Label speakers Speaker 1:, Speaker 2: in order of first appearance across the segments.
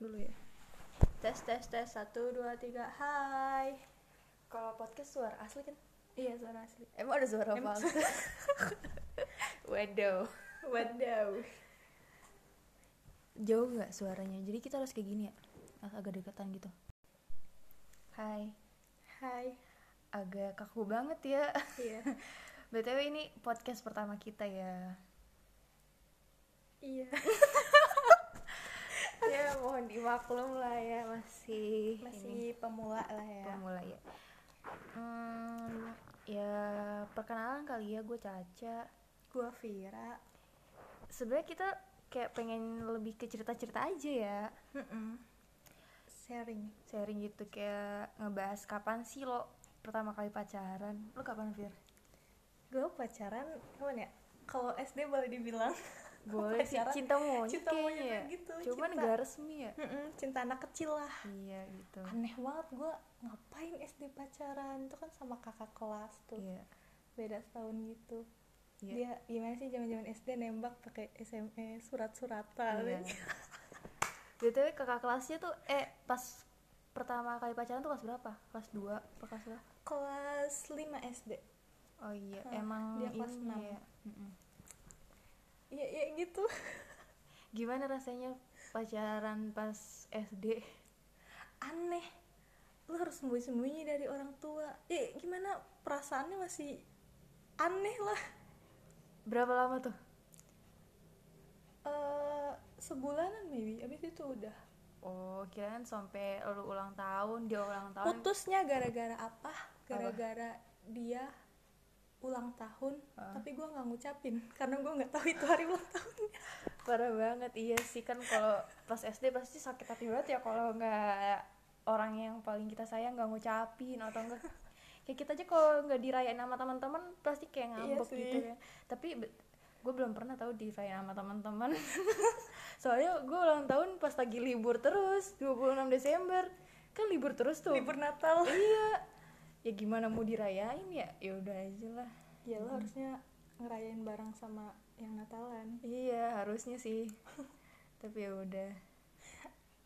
Speaker 1: dulu ya
Speaker 2: Tes tes tes satu dua tiga hai.
Speaker 3: Kalau podcast suara asli kan?
Speaker 1: iya suara asli
Speaker 3: Emang ada suara
Speaker 1: Emang
Speaker 3: palsu? Waduh.
Speaker 2: Wadaw.
Speaker 3: Jauh nggak suaranya? Jadi kita harus kayak gini ya, Ag- agak deketan gitu. Hai,
Speaker 2: Hai.
Speaker 3: agak kaku banget ya.
Speaker 2: Iya.
Speaker 3: btw ini podcast pertama kita ya.
Speaker 2: iya.
Speaker 3: ya mohon dimaklum lah ya masih ini
Speaker 2: Masih pemula lah ya.
Speaker 3: pemula ya. Hmm, ya perkenalan kali ya gue Caca.
Speaker 2: Gua Vira.
Speaker 3: Sebenarnya kita kayak pengen lebih ke cerita-cerita aja ya.
Speaker 2: Sharing.
Speaker 3: sharing gitu kayak ngebahas kapan sih lo pertama kali pacaran lo kapan Fir?
Speaker 2: Gue pacaran kapan ya? Kalau SD boleh dibilang.
Speaker 3: boleh sih
Speaker 2: Pacaran,
Speaker 3: cinta monyet
Speaker 2: cinta monyet
Speaker 3: kayaknya ya.
Speaker 2: gitu,
Speaker 3: cuman
Speaker 2: cinta.
Speaker 3: gak resmi ya
Speaker 2: Mm-mm, cinta anak kecil lah.
Speaker 3: iya gitu
Speaker 2: Aneh banget gue ngapain SD pacaran itu kan sama kakak kelas tuh
Speaker 3: iya
Speaker 2: beda setahun gitu.
Speaker 3: Iya.
Speaker 2: Dia gimana sih zaman-zaman SD nembak pakai SMS surat-suratan.
Speaker 3: iya btw kakak kelasnya tuh eh pas pertama kali pacaran tuh kelas berapa kelas 2 apa kelas berapa
Speaker 2: Kelas 5 SD.
Speaker 3: oh iya
Speaker 2: Hah,
Speaker 3: emang
Speaker 2: dia kelas
Speaker 3: ini
Speaker 2: enam.
Speaker 3: ya. Mm-mm.
Speaker 2: Iya, iya gitu.
Speaker 3: gimana rasanya pacaran pas SD
Speaker 2: aneh lu harus sembunyi-sembunyi dari orang tua ya gimana perasaannya masih aneh lah
Speaker 3: berapa lama tuh
Speaker 2: Eh sebulanan maybe abis itu udah
Speaker 3: oh kirain sampai lo ulang tahun dia ulang tahun
Speaker 2: putusnya gara-gara apa gara-gara dia ulang tahun
Speaker 3: Ah.
Speaker 2: tapi gua nggak ngucapin karena gua nggak tahu itu hari ulang tahunnya
Speaker 3: parah banget iya sih kan kalau pas SD pasti sakit hati banget ya kalau nggak orang yang paling kita sayang nggak ngucapin atau enggak kayak kita aja kalau nggak dirayain sama teman-teman pasti
Speaker 2: Iya
Speaker 3: kayak ngambek
Speaker 2: sih.
Speaker 3: gitu ya tapi gue belum pernah tahu dirayain sama teman-teman soalnya gue ulang tahun pas lagi libur terus 26 Desember kan libur terus tuh
Speaker 2: libur Natal
Speaker 3: iya ya gimana mau dirayain ya ya udah aja lah
Speaker 2: ya lo harusnya ngerayain bareng sama yang Natalan
Speaker 3: iya harusnya sih tapi ya udah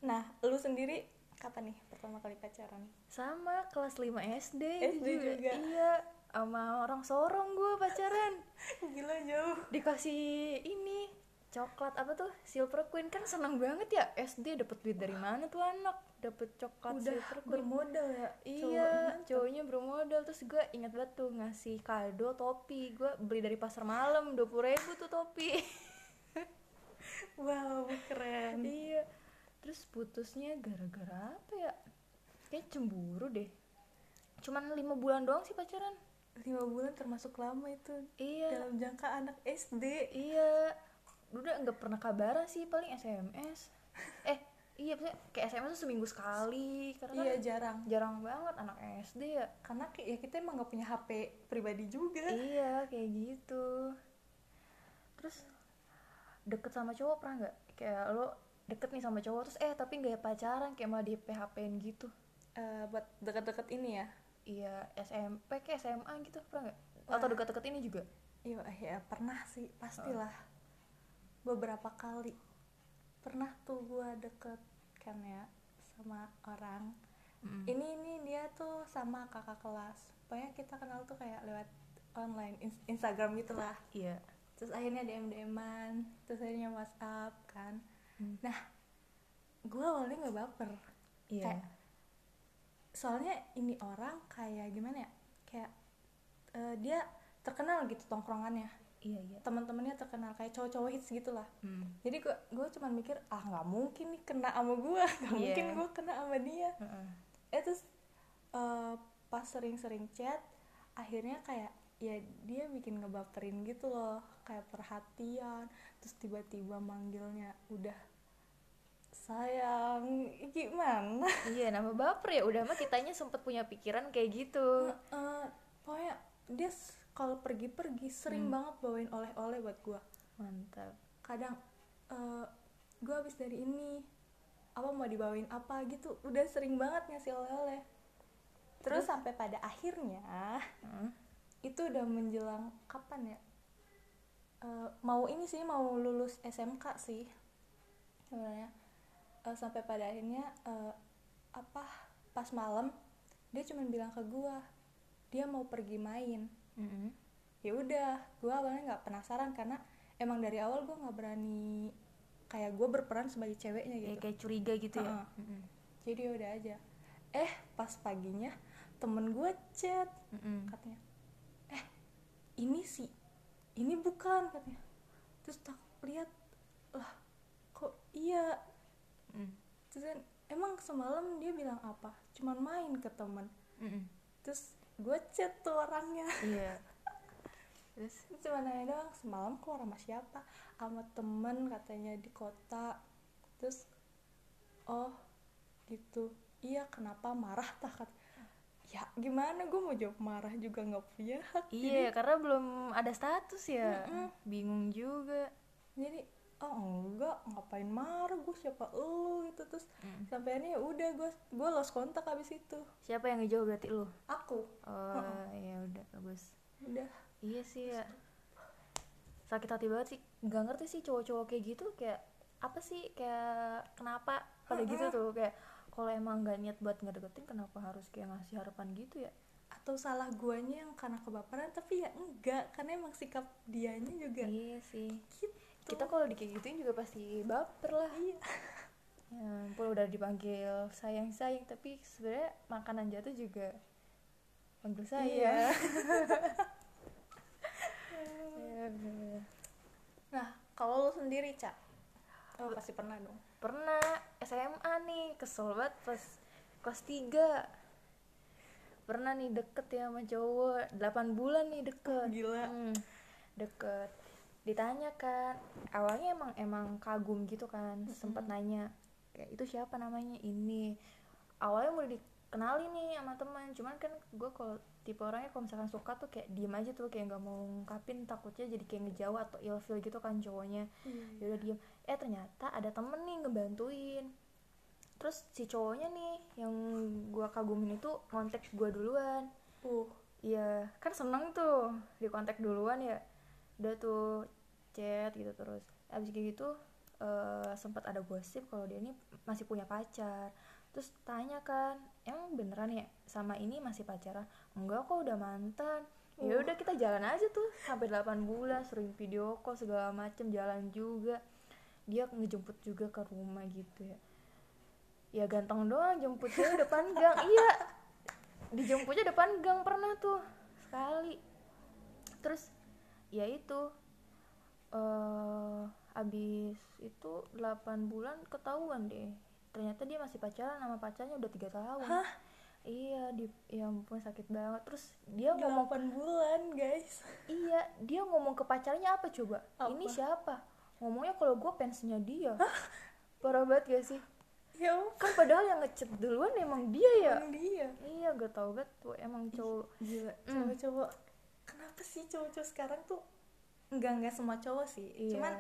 Speaker 2: nah lu sendiri kapan nih pertama kali pacaran
Speaker 3: sama kelas 5 SD,
Speaker 2: SD juga.
Speaker 3: iya sama orang sorong gue pacaran
Speaker 2: gila jauh
Speaker 3: dikasih ini coklat apa tuh silver queen kan seneng banget ya SD dapet duit dari mana tuh anak dapet coklat
Speaker 2: udah
Speaker 3: silver queen
Speaker 2: bermodal ya
Speaker 3: iya cowoknya bermodal terus gue ingat banget tuh ngasih kado topi gue beli dari pasar malam dua ribu tuh topi
Speaker 2: Wow, keren.
Speaker 3: iya terus putusnya gara-gara apa ya kayak cemburu deh cuman lima bulan doang sih pacaran
Speaker 2: Lima bulan termasuk lama itu
Speaker 3: iya
Speaker 2: dalam jangka anak SD.
Speaker 3: Iya, udah nggak pernah kabaran sih paling SMS. Eh, iya maksudnya kayak SMS tuh seminggu sekali karena
Speaker 2: Iya
Speaker 3: kan
Speaker 2: jarang.
Speaker 3: jarang banget anak SD ya.
Speaker 2: Karena ki- ya kita emang gak punya HP pribadi juga.
Speaker 3: iya, kayak gitu. Terus deket sama cowok pernah nggak? Kayak lo deket nih sama cowok terus eh tapi nggak pacaran kayak malah di PHP-in gitu.
Speaker 2: Eh, buat deket-deket ini ya.
Speaker 3: Iya, SMP ke SMA gitu pernah nggak?
Speaker 2: Wah.
Speaker 3: Atau deket-deket ini juga?
Speaker 2: Iya, eh, ya pernah sih, pastilah. Beberapa kali pernah tuh gua deket kan ya sama orang.
Speaker 3: Hmm.
Speaker 2: Ini ini dia tuh sama kakak kelas. Pokoknya kita kenal tuh kayak lewat online ins- Instagram gitu lah.
Speaker 3: Iya.
Speaker 2: terus akhirnya DM DM-an terus akhirnya WhatsApp kan
Speaker 3: Hmm.
Speaker 2: nah gue awalnya nggak baper
Speaker 3: Iya.
Speaker 2: Kayak- soalnya ini orang kayak gimana ya kayak eh, dia terkenal gitu tongkrongannya
Speaker 3: Iya, iya.
Speaker 2: teman-temannya terkenal kayak cowok-cowok hits gitulah
Speaker 3: Hmm.
Speaker 2: jadi gue gue cuman mikir ah nggak mungkin nih kena sama gue nggak
Speaker 3: Iya.
Speaker 2: mungkin gue kena sama dia
Speaker 3: Heeh.
Speaker 2: eh terus eh, pas sering-sering chat akhirnya kayak ya dia bikin ngebaperin gitu loh kayak perhatian terus tiba-tiba manggilnya udah sayang gimana
Speaker 3: Iya, nama baper ya. Udah mah kitanya sempet punya pikiran kayak gitu.
Speaker 2: Eh, pokoknya dia s- kalau pergi-pergi sering
Speaker 3: Hmm.
Speaker 2: banget bawain oleh-oleh buat gua
Speaker 3: Mantap.
Speaker 2: kadang eh gue habis dari ini apa mau dibawain apa gitu udah sering banget ngasih oleh-oleh terus sampai pada akhirnya
Speaker 3: Heeh.
Speaker 2: itu udah menjelang kapan ya Eh, mau ini sih mau lulus SMK sih sebenarnya eh, sampai pada akhirnya eh, apa pas malam dia cuman bilang ke gua dia mau pergi main
Speaker 3: Mm-mm.
Speaker 2: ya udah gua awalnya nggak penasaran karena emang dari awal gua nggak berani kayak gua berperan sebagai ceweknya
Speaker 3: Ya,
Speaker 2: gitu
Speaker 3: kayak curiga gitu ya
Speaker 2: Ha-ha.
Speaker 3: Mm-mm.
Speaker 2: jadi ya udah aja eh pas paginya temen gua chat
Speaker 3: Mm-mm.
Speaker 2: katanya eh ini sih ini bukan katanya terus tak lihat lah kok iya
Speaker 3: Mm-mm.
Speaker 2: terus kan, emang semalam dia bilang apa cuman main ke temen
Speaker 3: Mm-mm.
Speaker 2: terus gue chat tuh orangnya
Speaker 3: iya terus
Speaker 2: cuma nanya doang semalam keluar sama siapa sama temen katanya di kota terus oh gitu iya kenapa marah tak Kata- ya gimana gue mau jawab marah juga nggak punya hak
Speaker 3: iya karena belum ada status ya
Speaker 2: Mm-mm.
Speaker 3: bingung juga
Speaker 2: jadi oh enggak ngapain marah gue siapa lu gitu terus
Speaker 3: Mm.
Speaker 2: sampai akhirnya ya udah gue gue lost kontak abis itu
Speaker 3: siapa yang ngejauh berarti lu
Speaker 2: aku
Speaker 3: oh ya udah bagus
Speaker 2: udah
Speaker 3: Iya sih ya. Sakit hati banget sih. Gak ngerti sih cowok-cowok kayak gitu kayak apa sih kayak kenapa pada gitu tuh kayak kalau emang gak niat buat ngedeketin kenapa harus kayak ngasih harapan gitu ya?
Speaker 2: atau salah guanya yang karena kebaperan tapi ya enggak karena emang sikap dianya juga
Speaker 3: Iya sih.
Speaker 2: gitu
Speaker 3: Kita kalau di kayak gituin juga pasti baper lah.
Speaker 2: iya
Speaker 3: Ya, ampun, udah dipanggil sayang-sayang tapi sebenarnya makanan jatuh juga panggil saya.
Speaker 2: Iya.
Speaker 3: Iya, bener-bener.
Speaker 2: nah kalau lu sendiri cak oh pasti pernah dong
Speaker 3: pernah SMA nih kesel banget pas kelas 3 pernah nih deket ya sama cowok 8 bulan nih deket
Speaker 2: Oh, Gila.
Speaker 3: Hmm, deket ditanya kan awalnya emang emang kagum gitu kan sempet nanya kayak itu siapa namanya ini awalnya mau dikenalin nih sama teman cuman kan gue kalau tipe orangnya kalau misalkan suka tuh kayak diem aja tuh kayak nggak mau ngungkapin takutnya jadi kayak ngejauh atau ilfil gitu kan cowoknya ya udah diem eh ternyata ada temen nih ngebantuin terus si cowoknya nih yang gua kagumin itu kontak gua duluan
Speaker 2: uh
Speaker 3: iya kan seneng tuh di kontak duluan ya udah tuh chat gitu terus abis kayak gitu eh, sempat ada gosip kalau dia ini masih punya pacar terus tanya kan emang beneran ya sama ini masih pacaran enggak kok udah mantan ya udah kita jalan aja tuh sampai 8 bulan sering video call segala macem jalan juga dia ngejemput juga ke rumah gitu ya ya ganteng doang jemputnya depan gang iya dijemputnya depan gang pernah tuh sekali terus ya itu eh abis itu 8 bulan ketahuan deh ternyata dia masih pacaran sama pacarnya udah tiga tahun
Speaker 2: Hah?
Speaker 3: iya di ya ampun sakit banget terus dia ngomong
Speaker 2: delapan bulan guys
Speaker 3: Iya, dia ngomong ke pacarnya apa coba?
Speaker 2: Apa?
Speaker 3: Ini siapa? Ngomongnya kalau gue fansnya dia. Parah banget gak sih?
Speaker 2: ya ampun,
Speaker 3: Kan padahal yang ngechat duluan emang dia ya.
Speaker 2: emang dia
Speaker 3: Iya, gak tau gak tuh emang cowok.
Speaker 2: gila
Speaker 3: Mm.
Speaker 2: cowok-cowok kenapa sih cowok-cowok sekarang tuh enggak enggak semua cowok sih
Speaker 3: Iya.
Speaker 2: cuman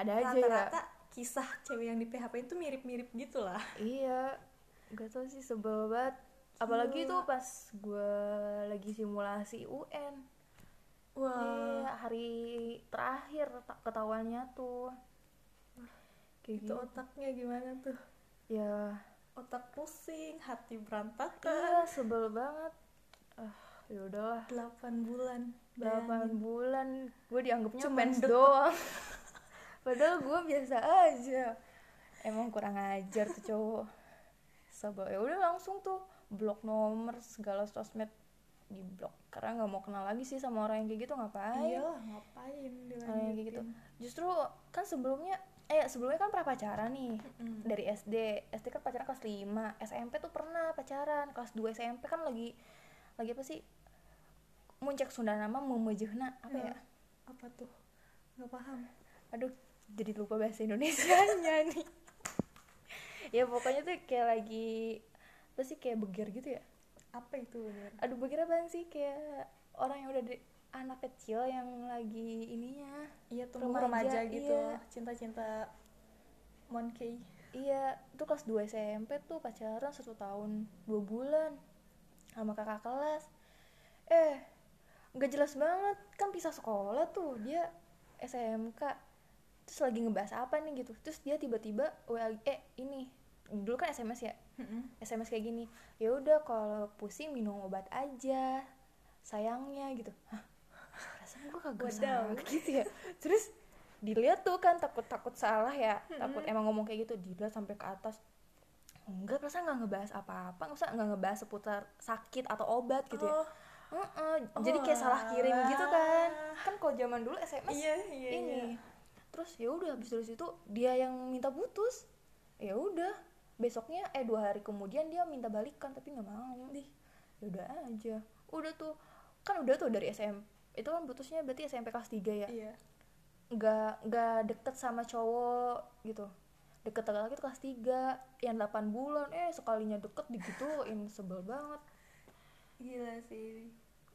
Speaker 3: ada aja ya.
Speaker 2: rata-rata kisah cewek yang di PHP itu mirip-mirip gitu lah
Speaker 3: Iya. Gak tau sih sebel banget. Apalagi
Speaker 2: Gila.
Speaker 3: tuh pas gue lagi simulasi UN.
Speaker 2: wah
Speaker 3: Iya, hari terakhir ta- ketahuannya tuh. Kayak
Speaker 2: itu
Speaker 3: gitu.
Speaker 2: otaknya gimana tuh
Speaker 3: Ya,
Speaker 2: otak pusing hati berantakan
Speaker 3: iya sebel banget. Ah, ya udahlah.
Speaker 2: 8 bulan
Speaker 3: delapan bulan gue dianggapnya
Speaker 2: Cuman
Speaker 3: fans
Speaker 2: deket.
Speaker 3: doang padahal gue biasa aja emang kurang ajar tuh cowok sabar ya udah langsung tuh blok nomor segala sosmed di blok karena nggak mau kenal lagi sih sama orang yang kayak gitu ngapain
Speaker 2: iya lah ngapain
Speaker 3: orang yang kayak gitu justru kan sebelumnya eh sebelumnya kan pernah pacaran nih
Speaker 2: Mm-mm.
Speaker 3: dari SD SD kan pacaran kelas 5 SMP tuh pernah pacaran kelas 2 SMP kan lagi lagi apa sih muncak Sunda nama memejehna apa ya
Speaker 2: Iya. apa tuh nggak paham
Speaker 3: aduh jadi lupa bahasa Indonesianya nih ya pokoknya tuh kayak lagi apa sih kayak begir gitu ya
Speaker 2: apa itu bener
Speaker 3: aduh begir apaan sih kayak orang yang udah di, anak kecil yang lagi ininya
Speaker 2: iya tuh
Speaker 3: Remaja,
Speaker 2: remaja, gitu
Speaker 3: iya.
Speaker 2: cinta-cinta monkey
Speaker 3: iya tuh kelas 2 SMP tuh pacaran satu tahun dua bulan sama kakak kelas eh nggak jelas banget kan pisah sekolah tuh dia SMK terus lagi ngebahas apa nih gitu terus dia tiba-tiba WA eh ini dulu kan SMS ya SMS kayak gini ya udah kalau pusing minum obat aja sayangnya gitu Hah, perasaan gue kagak
Speaker 2: Wadaw.
Speaker 3: salah gitu ya terus dilihat tuh kan takut takut salah ya takut emang ngomong kayak gitu dilihat sampai ke atas enggak perasaan nggak ngebahas apa-apa nggak usah nggak ngebahas seputar sakit atau obat gitu ya
Speaker 2: Oh,
Speaker 3: Heeh, jadi kayak salah kirim gitu kan kan kalau zaman dulu SMS
Speaker 2: iya iya
Speaker 3: ini
Speaker 2: iya.
Speaker 3: terus ya udah habis dari situ dia yang minta putus ya udah besoknya eh dua hari kemudian dia minta balikan tapi nggak mau deh ya udah aja udah tuh kan udah tuh dari SM itu kan putusnya berarti SMP kelas 3 ya
Speaker 2: Iya.
Speaker 3: nggak nggak deket sama cowok gitu deket lagi itu kelas 3 yang 8 bulan eh sekalinya deket digituin sebel banget
Speaker 2: Gila sih.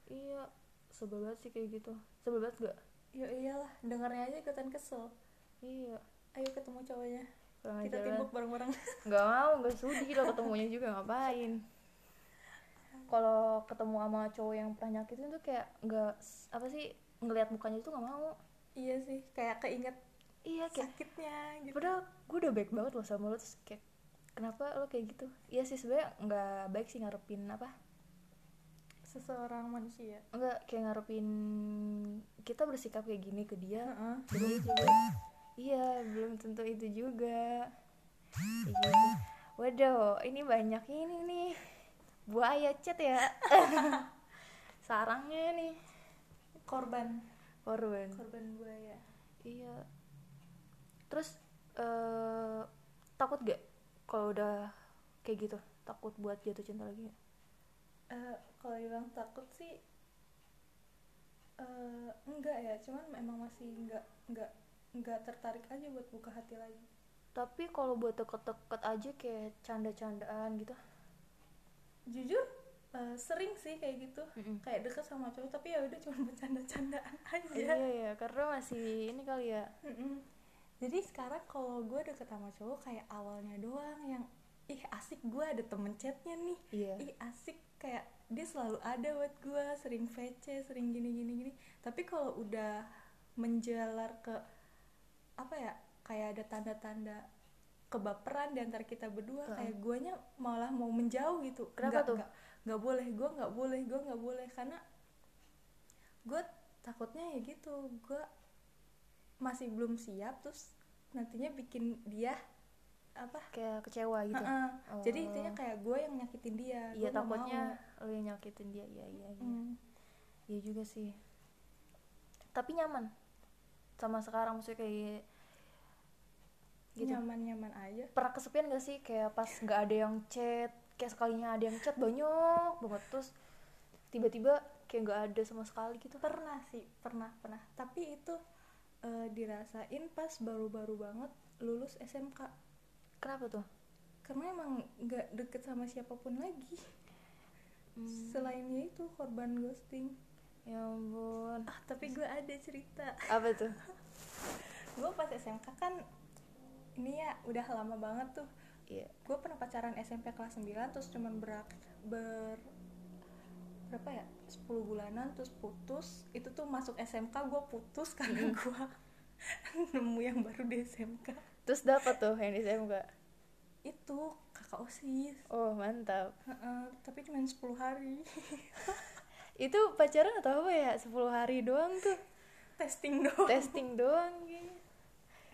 Speaker 2: ini.
Speaker 3: iya sebel banget sih kayak gitu sebel banget gak
Speaker 2: Ya iyalah, dengarnya aja ikutan kesel.
Speaker 3: iya
Speaker 2: Ayo ketemu cowoknya.
Speaker 3: kurang
Speaker 2: Kita
Speaker 3: ajar
Speaker 2: timbuk bareng-bareng.
Speaker 3: nggak mau nggak sudi lah ketemunya juga ngapain kalau ketemu sama cowok yang pernah nyakitin tuh kayak nggak apa sih ngelihat mukanya itu nggak mau
Speaker 2: iya sih, kayak keinget
Speaker 3: iya kayak
Speaker 2: sakitnya gitu.
Speaker 3: padahal gue udah baik banget loh sama lo terus kayak kenapa lo kayak gitu iya sih sebenarnya nggak baik sih ngarepin apa
Speaker 2: Seseorang manusia.
Speaker 3: nggak kayak ngarepin kita bersikap kayak gini ke dia
Speaker 2: Heeh.
Speaker 3: belum juga iya belum tentu itu juga Kayak gitu. waduh ini banyak ini nih buaya cet ya sarangnya nih
Speaker 2: Korban,
Speaker 3: korban
Speaker 2: korban buaya.
Speaker 3: iya terus eh takut gak kalau udah kayak gitu takut buat jatuh cinta lagi nggak?
Speaker 2: Eh, kalau dibilang takut sih eh enggak ya, cuman emang masih enggak enggak enggak tertarik aja buat buka hati lagi.
Speaker 3: tapi kalau buat deket-deket aja kayak canda-candaan gitu
Speaker 2: Jujur eh, sering sih kayak gitu.
Speaker 3: Mm-mm.
Speaker 2: Kayak deket sama cowok tapi ya udah cuma bercanda-candaan
Speaker 3: iya
Speaker 2: aja.
Speaker 3: ya karena masih ini kali ya
Speaker 2: Mm-mm. Jadi sekarang kalau gue deket sama cowok kayak awalnya doang yang ih asik gue ada temen chatnya nih
Speaker 3: iya
Speaker 2: ih asik kayak dia selalu ada buat gue sering VC sering gini gini gini tapi kalau udah menjalar ke apa ya kayak ada tanda-tanda kebaperan di antara kita berdua
Speaker 3: Heeh.
Speaker 2: kayak guanya malah mau menjauh gitu
Speaker 3: Kenapa
Speaker 2: Nggak-
Speaker 3: tuh?
Speaker 2: nggak- nggak boleh gue nggak boleh gue nggak boleh karena gue takutnya ya gitu gue masih belum siap terus nantinya bikin dia apa
Speaker 3: kayak kecewa gitu
Speaker 2: Heeh. Jadi
Speaker 3: Oh.
Speaker 2: intinya kayak gue yang nyakitin dia.
Speaker 3: Iya
Speaker 2: Gua nggak
Speaker 3: takutnya lu yang nyakitin dia Iya iya
Speaker 2: mau.
Speaker 3: iya
Speaker 2: Mm.
Speaker 3: Iya juga sih Tapi nyaman Sama sekarang maksudnya kayak Gitu.
Speaker 2: nyaman-nyaman aja.
Speaker 3: Pernah kesepian gak sih kayak pas gak ada yang chat Kayak sekalinya ada yang chat banyak banget Terus tiba-tiba kayak gak ada sama sekali gitu
Speaker 2: Pernah sih, pernah pernah. Tapi itu eh, dirasain pas baru-baru banget lulus SMK.
Speaker 3: Kenapa tuh?
Speaker 2: Karena emang nggak deket sama siapapun lagi. Hmm. Selain dia itu korban ghosting.
Speaker 3: Hmm. Ya ampun
Speaker 2: Ah, tapi gue ada cerita.
Speaker 3: Apa tuh?
Speaker 2: gue pas SMK kan ini ya udah lama banget tuh.
Speaker 3: Iya
Speaker 2: Gue pernah pacaran SMP kelas 9 terus cuman berak ber berapa ya 10 bulanan terus putus itu tuh masuk SMK gue putus karena gue nemu yang baru di SMK
Speaker 3: Terus dapat tuh yang di SMK
Speaker 2: itu kakak osis
Speaker 3: Oh mantap
Speaker 2: Heeh, tapi cuma 10 hari
Speaker 3: Itu pacaran atau apa ya? 10 hari doang tuh
Speaker 2: testing doang
Speaker 3: Testing doang kayaknya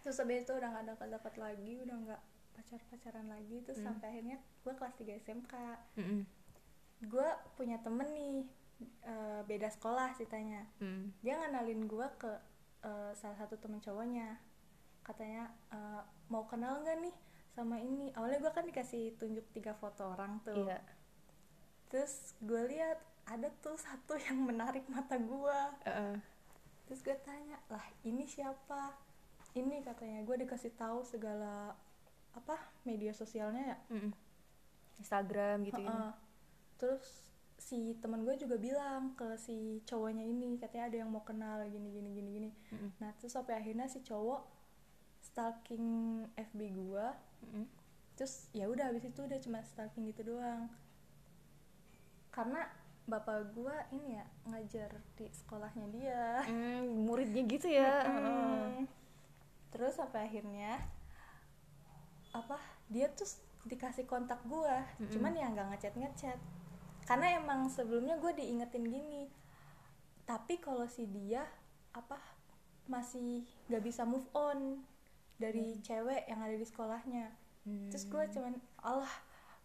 Speaker 2: terus habis itu udah nggak dapat dapat lagi udah nggak pacar pacaran lagi terus
Speaker 3: Hmm.
Speaker 2: sampai akhirnya gue kelas 3 SMK
Speaker 3: Mm-mm.
Speaker 2: gue punya temen nih eh, beda sekolah ceritanya
Speaker 3: Mm.
Speaker 2: dia ngenalin gue ke eh, salah satu temen cowoknya katanya eh, mau kenal nggak nih sama ini awalnya gue kan dikasih tunjuk tiga foto orang tuh
Speaker 3: Iya.
Speaker 2: terus gue lihat ada tuh satu yang menarik mata gue
Speaker 3: Heeh.
Speaker 2: terus gue tanya lah ini siapa ini katanya gue dikasih tahu segala apa media sosialnya ya
Speaker 3: Mm-mm. Instagram gitu ya.
Speaker 2: Heeh. terus si teman gue juga bilang ke si cowoknya ini katanya ada yang mau kenal gini gini gini gini
Speaker 3: Mm-mm.
Speaker 2: nah terus sampai akhirnya si cowok stalking FB gue
Speaker 3: Mm-mm.
Speaker 2: terus ya udah habis itu udah cuma stalking gitu doang karena bapak gue ini ya ngajar di sekolahnya dia
Speaker 3: Mm, muridnya gitu ya. Heeh.
Speaker 2: Mm. terus sampai akhirnya apa dia tuh s- dikasih kontak gua
Speaker 3: Mm-mm.
Speaker 2: cuman ya nggak ngechat ngechat karena emang sebelumnya gue diingetin gini tapi kalau si dia apa masih nggak bisa move on dari cewek yang ada di sekolahnya terus
Speaker 3: Mm.
Speaker 2: gue cuman Allah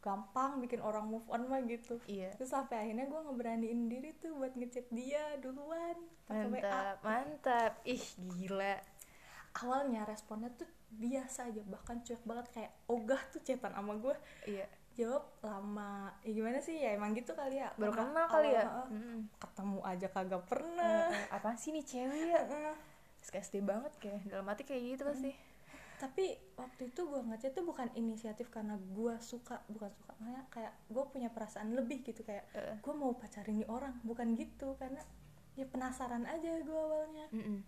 Speaker 2: gampang bikin orang move on mah gitu
Speaker 3: iya
Speaker 2: terus sampai akhirnya gue ngeberaniin diri tuh buat ngechat dia duluan pakai WA
Speaker 3: mantap mantap ih gila
Speaker 2: awalnya responnya tuh biasa aja bahkan cuek banget kayak ogah tuh chatan sama gue
Speaker 3: iya
Speaker 2: jawab lama ya gimana sih ya emang gitu kali ya
Speaker 3: baru
Speaker 2: Orang
Speaker 3: kenal kali ya
Speaker 2: awal-awal
Speaker 3: Mm-mm.
Speaker 2: ketemu aja kagak pernah
Speaker 3: Eh, eh, apaan sih nih cewek ya
Speaker 2: Heeh.
Speaker 3: SKSD banget kayak dalam hati kayak gitu pasti
Speaker 2: tapi waktu itu gue ngechat tuh bukan inisiatif karena gue suka bukan suka makanya kayak gue punya perasaan lebih gitu kayak
Speaker 3: Heeh.
Speaker 2: gue mau pacarin nih orang bukan gitu karena ya penasaran aja gue awalnya
Speaker 3: Mm-mm.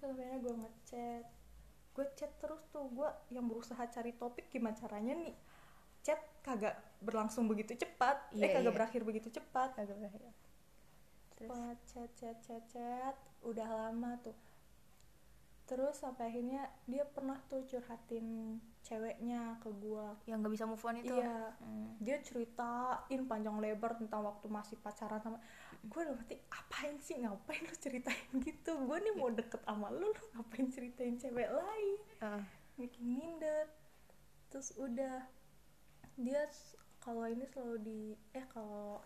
Speaker 2: terus akhirnya gue ngechat gue chat terus tuh gue yang berusaha cari topik gimana caranya nih chat kagak berlangsung begitu cepat eh
Speaker 3: Iya,
Speaker 2: kagak
Speaker 3: iya.
Speaker 2: berakhir begitu cepat
Speaker 3: Agak bahaya. Terus?
Speaker 2: Wah, chat chat chat chat udah lama tuh terus sampai akhirnya dia pernah tuh curhatin ceweknya ke gue
Speaker 3: yang nggak bisa move on itu
Speaker 2: iya
Speaker 3: Hmm.
Speaker 2: dia ceritain panjang lebar tentang waktu masih pacaran sama gue udah ngerti apain sih ngapain lu ceritain gitu gue nih mau deket sama lu lu ngapain ceritain cewek lain
Speaker 3: Heeh.
Speaker 2: bikin minder terus udah dia s- kalau ini selalu di eh kalau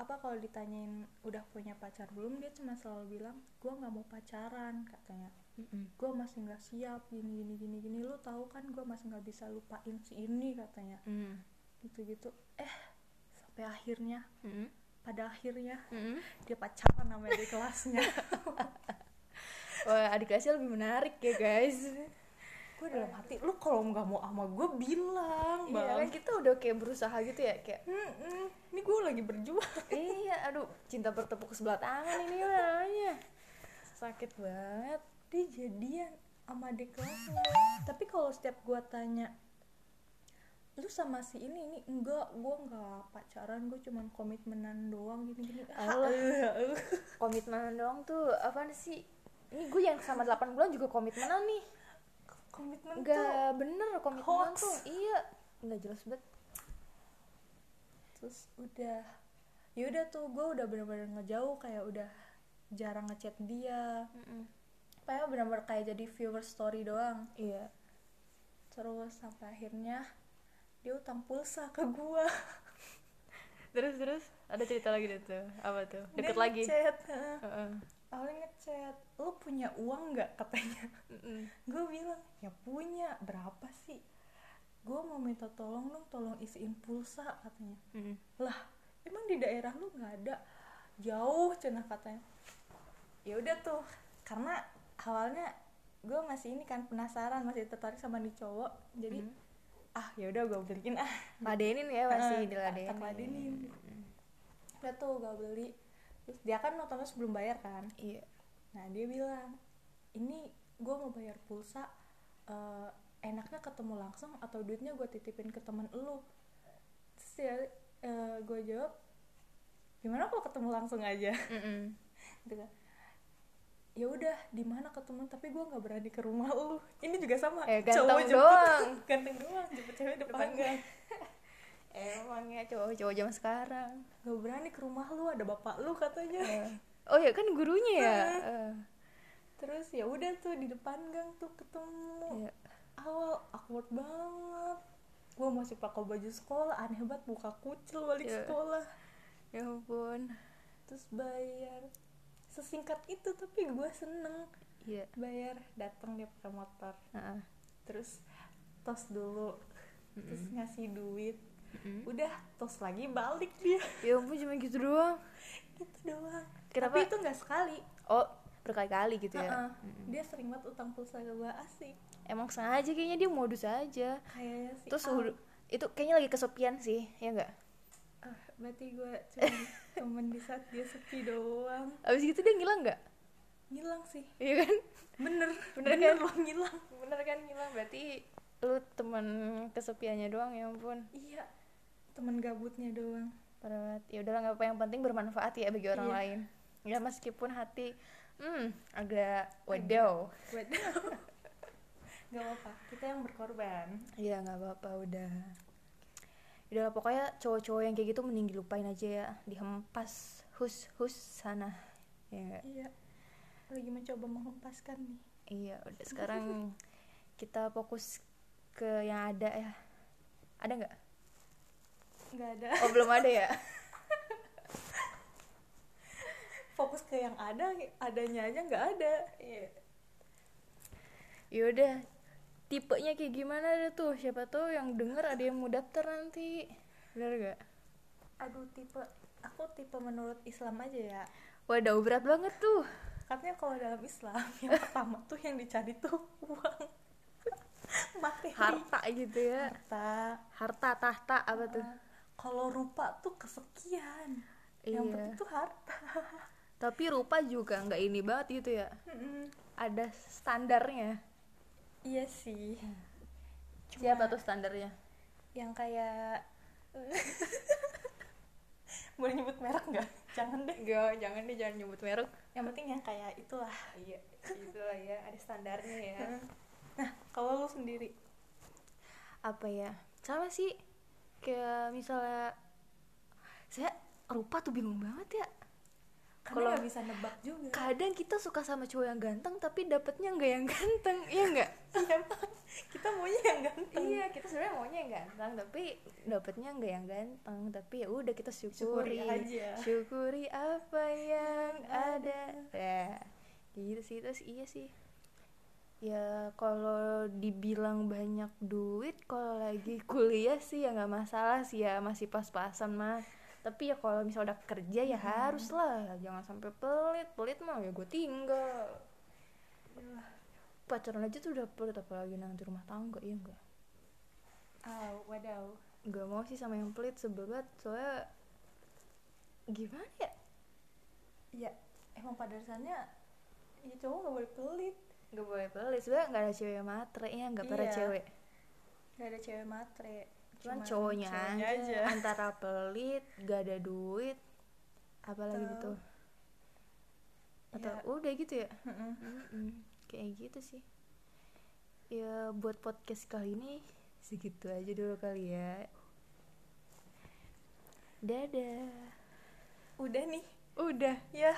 Speaker 2: apa kalau ditanyain udah punya pacar belum dia cuma selalu bilang gue nggak mau pacaran katanya
Speaker 3: Mm-mm.
Speaker 2: gue masih nggak siap gini gini gini gini lu tahu kan gue masih nggak bisa lupain si ini katanya
Speaker 3: Mm.
Speaker 2: gitu-gitu eh sampai akhirnya
Speaker 3: Mm-mm.
Speaker 2: pada akhirnya
Speaker 3: Mm-mm.
Speaker 2: dia pacaran sama di kelasnya
Speaker 3: Wah, adik kelasnya lebih menarik ya guys
Speaker 2: gue dalam hati lu kalau nggak mau sama gue bilang
Speaker 3: Iya kan
Speaker 2: bang
Speaker 3: kita udah kayak berusaha gitu ya kayak
Speaker 2: Mm-mm, ini gue lagi berjuang
Speaker 3: iya aduh cinta bertepuk sebelah tangan ini mah namanya sakit banget
Speaker 2: dia jadian sama di kelasnya tapi kalau setiap gue tanya lu sama si ini ini enggak gue nggak pacaran gue cuman komitmenan doang gini-gini
Speaker 3: Ya Allah.
Speaker 2: Ah, eh, eh.
Speaker 3: komitmenan doang tuh apaan sih ini gue yang sama 8 bulan juga komitmenan nih
Speaker 2: komitmen tuh
Speaker 3: nggak bener komitmenan
Speaker 2: hoax.
Speaker 3: tuh iya nggak jelas banget
Speaker 2: terus udah yaudah tuh gue udah bener-bener ngejauh kayak udah jarang ngechat dia kayak bener-bener kayak jadi viewer story doang
Speaker 3: iya
Speaker 2: terus sampai akhirnya dia utang pulsa ke gua
Speaker 3: terus terus ada cerita lagi deh tuh apa tuh
Speaker 2: Dia
Speaker 3: deket lagi
Speaker 2: ngechat heeh.
Speaker 3: Heeh.
Speaker 2: awalnya ngechat lu punya uang nggak katanya
Speaker 3: Mm-mm.
Speaker 2: gue bilang ya punya berapa sih gue mau minta tolong dong tolong isiin pulsa katanya
Speaker 3: Mm-mm.
Speaker 2: lah emang di daerah lu nggak ada jauh cenah katanya ya udah tuh karena awalnya gue masih ini kan penasaran masih tertarik sama nih cowok jadi
Speaker 3: Mm.
Speaker 2: ah ya udah gue beliin ah
Speaker 3: ladenin ya
Speaker 2: Eh,
Speaker 3: masih diladenin
Speaker 2: tak ladenin. udah tuh gue beli terus dia kan nontonnya sebelum bayar kan
Speaker 3: iya
Speaker 2: nah dia bilang ini gue mau bayar pulsa eh, enaknya ketemu langsung atau duitnya gue titipin ke temen lu terus ya gue jawab gimana kalau ketemu langsung aja
Speaker 3: Mm-mm.
Speaker 2: gitu kan. ya udah di mana ketemu tapi gue nggak berani ke rumah lu ini juga sama cowok
Speaker 3: Eh, ganteng
Speaker 2: jemput-
Speaker 3: doang.
Speaker 2: ganteng doang jemput cewek depan
Speaker 3: Depan
Speaker 2: gang
Speaker 3: emangnya ya, cowok-cowok zaman sekarang
Speaker 2: nggak berani ke rumah lu ada bapak lu katanya
Speaker 3: Eh. oh ya kan gurunya ya Eh,
Speaker 2: terus ya udah tuh di depan gang tuh ketemu
Speaker 3: iya.
Speaker 2: awal awkward banget gue masih pakai baju sekolah aneh banget buka kucil balik
Speaker 3: Iya.
Speaker 2: sekolah
Speaker 3: ya ampun
Speaker 2: terus bayar sesingkat itu tapi gue seneng
Speaker 3: iya
Speaker 2: bayar datang dia pakai motor
Speaker 3: Heeh.
Speaker 2: terus tos dulu terus ngasih duit
Speaker 3: Mm-mm.
Speaker 2: udah tos lagi balik dia
Speaker 3: ya ampun cuma gitu doang
Speaker 2: gitu doang
Speaker 3: Kenapa?
Speaker 2: tapi itu nggak sekali
Speaker 3: oh berkali-kali gitu ya
Speaker 2: Heeh. dia sering banget utang pulsa ke gue asik
Speaker 3: emang sengaja kayaknya dia modus aja
Speaker 2: kayaknya sih
Speaker 3: terus
Speaker 2: ah,
Speaker 3: udah- itu kayaknya lagi kesepian sih ya enggak
Speaker 2: ah, berarti gue cuma temen di saat dia sepi doang
Speaker 3: abis gitu dia ngilang nggak
Speaker 2: ngilang sih
Speaker 3: iya kan
Speaker 2: bener
Speaker 3: Bener
Speaker 2: bener
Speaker 3: kan?
Speaker 2: lo ngilang
Speaker 3: bener kan ngilang berarti lu temen kesepiannya doang ya ampun
Speaker 2: iya temen gabutnya doang
Speaker 3: Parah banget. ya udahlah nggak apa yang penting bermanfaat ya bagi orang
Speaker 2: Iya.
Speaker 3: lain ya meskipun hati Hmm, agak waduh.
Speaker 2: Waduh. Gak apa-apa, kita yang berkorban.
Speaker 3: Iya nggak apa-apa udah. Udah lah pokoknya cowok-cowok yang kayak gitu mending dilupain aja ya, dihempas hus hus sana. Ya. nggak?
Speaker 2: Iya. Lagi mencoba menghempaskan nih.
Speaker 3: Iya, udah sekarang kita fokus ke yang ada ya. Ada nggak?
Speaker 2: Gak ada.
Speaker 3: Oh belum ada ya.
Speaker 2: Fokus ke yang ada, adanya aja nggak ada. Iya.
Speaker 3: Yaudah, Ya tipenya kayak gimana ada tuh? Siapa tuh yang denger ada yang mau daftar nanti. Bener gak?
Speaker 2: Aduh tipe, aku tipe menurut Islam aja ya.
Speaker 3: Waduh, berat banget tuh.
Speaker 2: Katanya kalau dalam Islam yang pertama tuh yang dicari tuh uang, materi,
Speaker 3: Harta gitu ya.
Speaker 2: harta.
Speaker 3: Harta, tahta, apa tuh?
Speaker 2: Kalau rupa tuh kesekian.
Speaker 3: Iya.
Speaker 2: Yang penting tuh harta.
Speaker 3: Tapi rupa juga nggak ini banget gitu ya. Ada standarnya.
Speaker 2: Iya sih.
Speaker 3: Siapa tuh standarnya?
Speaker 2: Yang kayak boleh nyebut merek nggak? Jangan deh.
Speaker 3: Enggak, jangan deh jangan nyebut merek.
Speaker 2: Yang penting yang kayak itulah.
Speaker 3: Iya, itulah ya, ada standarnya ya.
Speaker 2: Nah, kalau lu sendiri
Speaker 3: apa ya sama sih kayak misalnya saya rupa tuh bingung banget ya
Speaker 2: kalau
Speaker 3: Kalau-
Speaker 2: nggak bisa nebak juga.
Speaker 3: kadang kita suka sama cowok yang ganteng tapi dapetnya nggak yang ganteng iya nggak
Speaker 2: Iya, Bang. kita maunya yang ganteng.
Speaker 3: iya kita sebenarnya maunya yang ganteng tapi dapetnya nggak yang ganteng tapi ya udah kita syukuri
Speaker 2: Syukuri aja.
Speaker 3: syukuri apa yang ada ya gitu sih terus iya sih ya kalau dibilang banyak duit kalau lagi kuliah sih ya nggak masalah sih ya masih pas-pasan mah tapi ya kalau misal udah kerja ya harus lah jangan sampai pelit pelit mah ya gue tinggal
Speaker 2: Iya.
Speaker 3: pacaran aja tuh udah pelit apalagi nanti rumah tangga iya enggak
Speaker 2: Aw, wadaw.
Speaker 3: nggak mau sih sama yang pelit sebel banget soalnya gimana ya
Speaker 2: Iya, emang pada dasarnya ya cowok nggak boleh pelit.
Speaker 3: nggak boleh pelit sebenarnya nggak ada cewek yang matre ya nggak pernah
Speaker 2: Iya.
Speaker 3: cewek
Speaker 2: Gak ada cewek matre.
Speaker 3: cuman cowoknya,
Speaker 2: cowoknya
Speaker 3: aja, antara pelit gak ada duit apalagi
Speaker 2: Atau-
Speaker 3: gitu atau
Speaker 2: Iya.
Speaker 3: udah gitu ya
Speaker 2: Mm-mm.
Speaker 3: Mm-mm. kayak gitu sih ya buat podcast kali ini segitu aja dulu kali ya dadah
Speaker 2: Udah nih.
Speaker 3: udah
Speaker 2: Ya,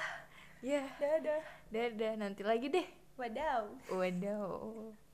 Speaker 3: ya
Speaker 2: dadah.
Speaker 3: dadah nanti lagi deh
Speaker 2: Wadaw.
Speaker 3: Waduh.